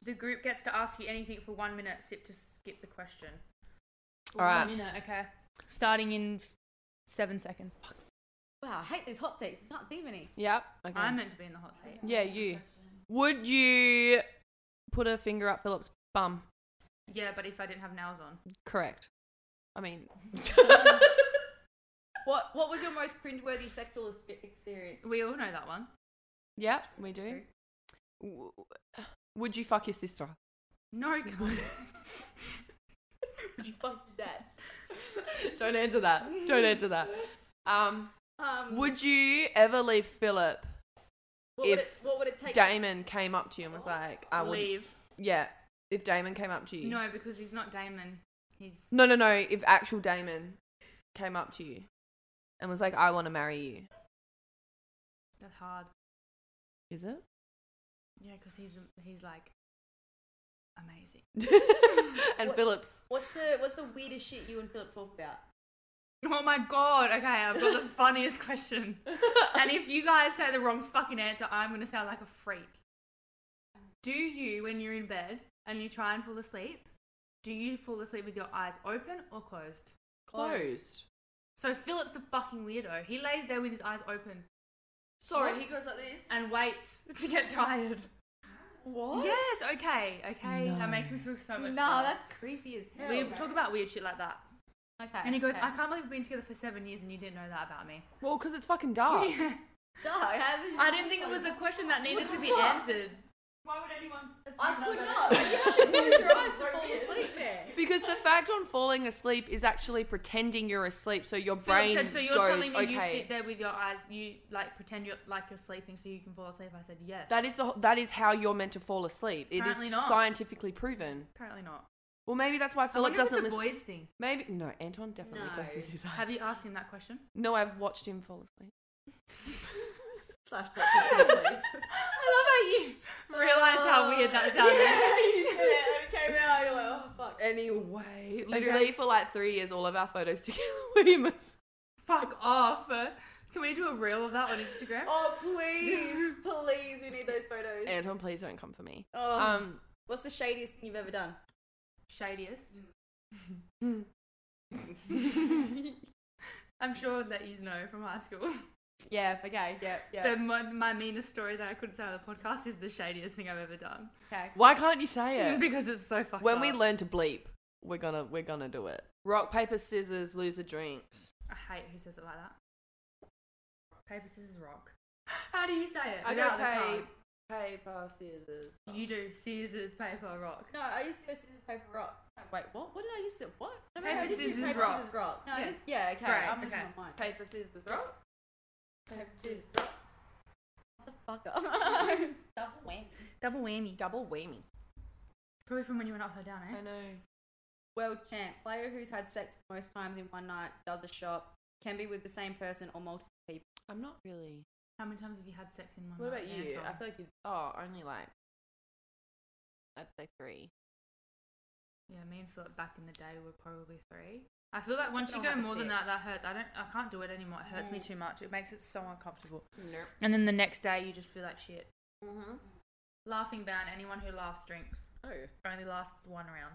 Speaker 4: The group gets to ask you anything for one minute. Sip to skip the question.
Speaker 1: All right.
Speaker 4: One minute, okay. Starting in seven seconds.
Speaker 2: Wow, I hate these hot takes. Not even any.
Speaker 1: Yep. Okay.
Speaker 4: I'm meant to be in the hot seat.
Speaker 1: yeah, you. Would you put a finger up Philip's bum?
Speaker 4: Yeah, but if I didn't have nails on.
Speaker 1: Correct. I mean,
Speaker 2: What What was your most cringeworthy sexual expe- experience?
Speaker 4: We all know that one.
Speaker 1: yeah, we
Speaker 4: It's
Speaker 1: do.
Speaker 4: true.
Speaker 1: W- Would you fuck your sister?
Speaker 4: No, God.
Speaker 2: Would you fuck your dad?
Speaker 1: Don't answer that. Don't answer that. Um,
Speaker 2: Um,
Speaker 1: would you ever leave Philip
Speaker 2: what would it,
Speaker 1: if
Speaker 2: what would it take?
Speaker 1: Damon came up to you and was like, I would.
Speaker 4: leave.
Speaker 1: Yeah. If Damon came up to you.
Speaker 4: No, because he's not Damon. He's
Speaker 1: No, no, no. If actual Damon came up to you and was like, I want to marry you.
Speaker 4: that's hard.
Speaker 1: Is it?
Speaker 4: Yeah, because he's he's like amazing.
Speaker 1: and
Speaker 2: What-
Speaker 1: Phillips.
Speaker 2: What's the What's the weirdest shit you and Philip talk about?
Speaker 4: Oh my god! Okay, I've got the funniest question. And if you guys say the wrong fucking answer, I'm gonna sound like a freak. Do you, when you're in bed and you try and fall asleep, do you fall asleep with your eyes open or closed?
Speaker 1: Closed.
Speaker 4: So Philip's the fucking weirdo. He lays there with his eyes open
Speaker 1: Sorry,
Speaker 4: What?
Speaker 1: he goes like this.
Speaker 4: and waits to get tired.
Speaker 1: What?
Speaker 4: Yes, okay, okay. That makes me feel so much.
Speaker 2: No,
Speaker 4: better.
Speaker 2: that's creepy as hell.
Speaker 4: we talk about weird shit like that.
Speaker 2: Okay.
Speaker 4: And he goes,
Speaker 2: okay.
Speaker 4: I can't believe we've been together for seven years and you didn't know that about me.
Speaker 1: Well, because it's fucking dark.
Speaker 2: No, I haven't.
Speaker 4: I didn't think it was a question that needed to be answered.
Speaker 5: Why would anyone? assume
Speaker 2: I
Speaker 5: that
Speaker 2: could not.
Speaker 5: about anyone?
Speaker 2: You have to close your eyes to
Speaker 5: So
Speaker 2: fall
Speaker 5: weird.
Speaker 2: asleep there.
Speaker 1: Because the fact on falling asleep is actually pretending you're asleep, so your brain
Speaker 4: Philip said, so you're
Speaker 1: goes,
Speaker 4: telling me
Speaker 1: okay.
Speaker 4: you sit there with your eyes, you like pretend you're like you're sleeping so you can fall asleep. I said yes.
Speaker 1: That is the wh- that is how you're meant to fall asleep. It is
Speaker 4: Apparently not.
Speaker 1: scientifically proven.
Speaker 4: Apparently not.
Speaker 1: Well, maybe that's why
Speaker 4: I wonder
Speaker 1: Philip
Speaker 4: if
Speaker 1: doesn't
Speaker 4: it's a
Speaker 1: listen.
Speaker 4: boys thing.
Speaker 1: Maybe no, Anton definitely
Speaker 2: No.
Speaker 1: closes his eyes.
Speaker 4: Have you asked him that question?
Speaker 1: No, I've watched him fall asleep.
Speaker 2: Slash breakfast asleep.
Speaker 4: I love how you realize how weird that
Speaker 2: Uh,
Speaker 4: sounded.
Speaker 2: Yeah, it came out. You're like, oh fuck.
Speaker 1: Anyway, literally for like three years, all of our photos together were him as-
Speaker 4: Fuck off. Can we do a reel of that on Instagram?
Speaker 2: Oh please, please, we need those photos.
Speaker 1: Anton, please don't come for me.
Speaker 2: oh,
Speaker 1: Um,
Speaker 2: what's the shadiest thing you've ever done?
Speaker 4: Shadiest.
Speaker 1: hmm.
Speaker 4: I'm sure that you know from high school.
Speaker 2: Yeah. Okay. Yeah.
Speaker 4: The, my, my meanest story that I couldn't say on the podcast is the shadiest thing I've ever done.
Speaker 2: Okay.
Speaker 1: why can't you say it?
Speaker 4: Because it's so fucked
Speaker 1: When we
Speaker 4: up.
Speaker 1: learn to bleep, we're gonna we're gonna do it. Rock paper scissors, loser drinks.
Speaker 4: I hate who says it like that. Paper, scissors, rock. How do you say it?
Speaker 1: I
Speaker 4: Without
Speaker 1: got
Speaker 4: the card.
Speaker 1: paper, paper scissors.
Speaker 4: You do scissors, paper, rock.
Speaker 2: No, I used to go scissors, paper, rock. No, wait, what? What did I used to? What? No,
Speaker 4: Paper,
Speaker 2: I did do
Speaker 4: scissors,
Speaker 2: paper,
Speaker 4: rock.
Speaker 2: Scissors, rock. No, I
Speaker 4: Yeah.
Speaker 2: just, yeah. Okay.
Speaker 4: Right,
Speaker 2: I'm missing
Speaker 4: okay.
Speaker 2: my mind.
Speaker 1: Paper scissors, rock.
Speaker 2: Paper, scissors, rock. Motherfucker. Double whammy.
Speaker 4: Double whammy.
Speaker 1: Double whammy.
Speaker 4: Probably from when you went upside down, eh?
Speaker 1: I know.
Speaker 2: World champ player who's had sex most times in one night does a shop. Can be with the same person or multiple people.
Speaker 1: I'm not really.
Speaker 4: How many times have you had sex in one
Speaker 1: What
Speaker 4: night,
Speaker 1: about you?
Speaker 4: Anton?
Speaker 1: I feel like you. Oh, only like. I'd say three.
Speaker 4: Yeah, me and Philip back in the day were probably three. I feel like once you
Speaker 2: don't
Speaker 4: go
Speaker 2: have
Speaker 4: more than
Speaker 2: six.
Speaker 4: that, that hurts. I don't. I can't do it anymore. It hurts me
Speaker 1: Mm.
Speaker 4: too much. It makes it so uncomfortable.
Speaker 1: Nope.
Speaker 4: And then the next day, you just feel like shit.
Speaker 1: Mm-hmm.
Speaker 4: Laughing ban. Anyone who laughs drinks.
Speaker 1: Oh.
Speaker 4: Only lasts one round.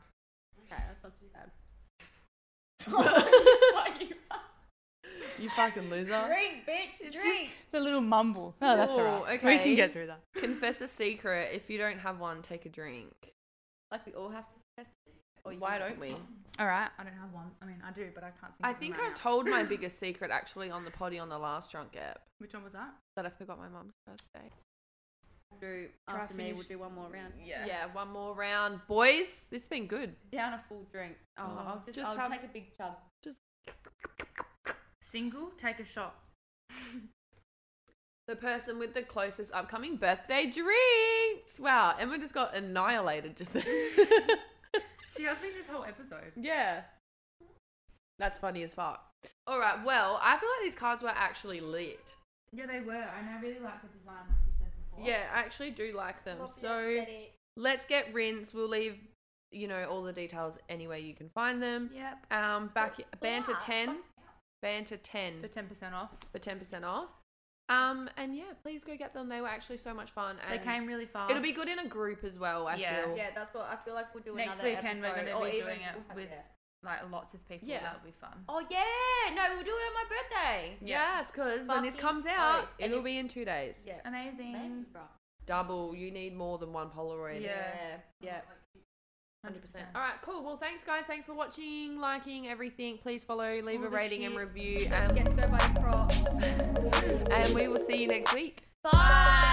Speaker 2: Okay, that's not too bad.
Speaker 1: Oh. You fucking loser.
Speaker 2: Drink, bitch,
Speaker 4: It's
Speaker 2: drink.
Speaker 4: just the little mumble. Oh, that's
Speaker 1: Ooh,
Speaker 4: alright. We
Speaker 1: okay.
Speaker 4: can get through that.
Speaker 1: Confess a secret. If you don't have one, take a drink.
Speaker 2: like we all have to test. it, Or you
Speaker 1: Why
Speaker 2: can-
Speaker 1: don't we?
Speaker 4: All right. I don't have one. I mean, I do, but I can't think.
Speaker 1: I
Speaker 4: of them
Speaker 1: think
Speaker 4: right
Speaker 1: I've
Speaker 4: now.
Speaker 1: told my biggest secret actually on the potty on the last drunk app
Speaker 4: Which one was that?
Speaker 1: that I forgot my mum's birthday.
Speaker 2: do
Speaker 4: Try
Speaker 2: after me? We'll
Speaker 4: finish-
Speaker 2: do one more round.
Speaker 1: Yeah. one more round, boys. This has been good.
Speaker 2: Down a full drink. Oh,
Speaker 1: Oh,
Speaker 2: I'll just,
Speaker 1: just
Speaker 2: I'll
Speaker 1: have-
Speaker 2: take a big chug.
Speaker 4: Single. Take a shot.
Speaker 1: The person with the closest upcoming birthday drinks. Wow, Emma just got annihilated just then.
Speaker 4: She has been this whole episode.
Speaker 1: Yeah. That's funny as fuck. All right, well, I feel like these cards were actually lit.
Speaker 4: Yeah, they were, and I really like the design, like you said before.
Speaker 1: Yeah, I actually do like them. So let's get rinse. We'll leave, you know, all the details anywhere you can find them.
Speaker 4: Yep.
Speaker 1: Um, back banter ten, banter
Speaker 4: For
Speaker 1: ten
Speaker 4: ten percent off.
Speaker 1: for ten percent off. Um, and yeah, please go get them. They were actually so much fun.
Speaker 4: They
Speaker 1: And
Speaker 4: came really fast.
Speaker 1: It'll be good in a group as well. I
Speaker 4: Yeah.
Speaker 1: feel.
Speaker 2: Yeah, that's what I feel like we'll do
Speaker 4: Next
Speaker 2: another
Speaker 4: weekend we're
Speaker 2: episode,
Speaker 4: going
Speaker 2: or
Speaker 4: to be
Speaker 2: even
Speaker 4: doing
Speaker 2: we'll
Speaker 4: it
Speaker 2: have-
Speaker 4: with
Speaker 2: yeah.
Speaker 4: like lots of people.
Speaker 1: Yeah.
Speaker 4: That'll be fun.
Speaker 2: Oh yeah, no, we'll do it on my birthday.
Speaker 4: Yeah.
Speaker 1: Yes, because when this
Speaker 2: Fucking
Speaker 1: comes out,
Speaker 2: oath. And
Speaker 1: it'll
Speaker 2: you-
Speaker 1: be in two days.
Speaker 2: Yeah,
Speaker 4: Amazing.
Speaker 2: Maybe, bro.
Speaker 1: Double. You need more than one Polaroid.
Speaker 4: Yeah.
Speaker 2: yeah, yeah.
Speaker 1: Hundred percent. All right, cool. Well, thanks, guys. Thanks for watching, liking everything. Please follow, leave
Speaker 4: All
Speaker 1: a
Speaker 4: the
Speaker 1: rating and
Speaker 4: shit.
Speaker 1: review,
Speaker 2: Don't
Speaker 1: and,
Speaker 2: forget to go buy your props.
Speaker 1: and we will see you next week.
Speaker 2: Bye.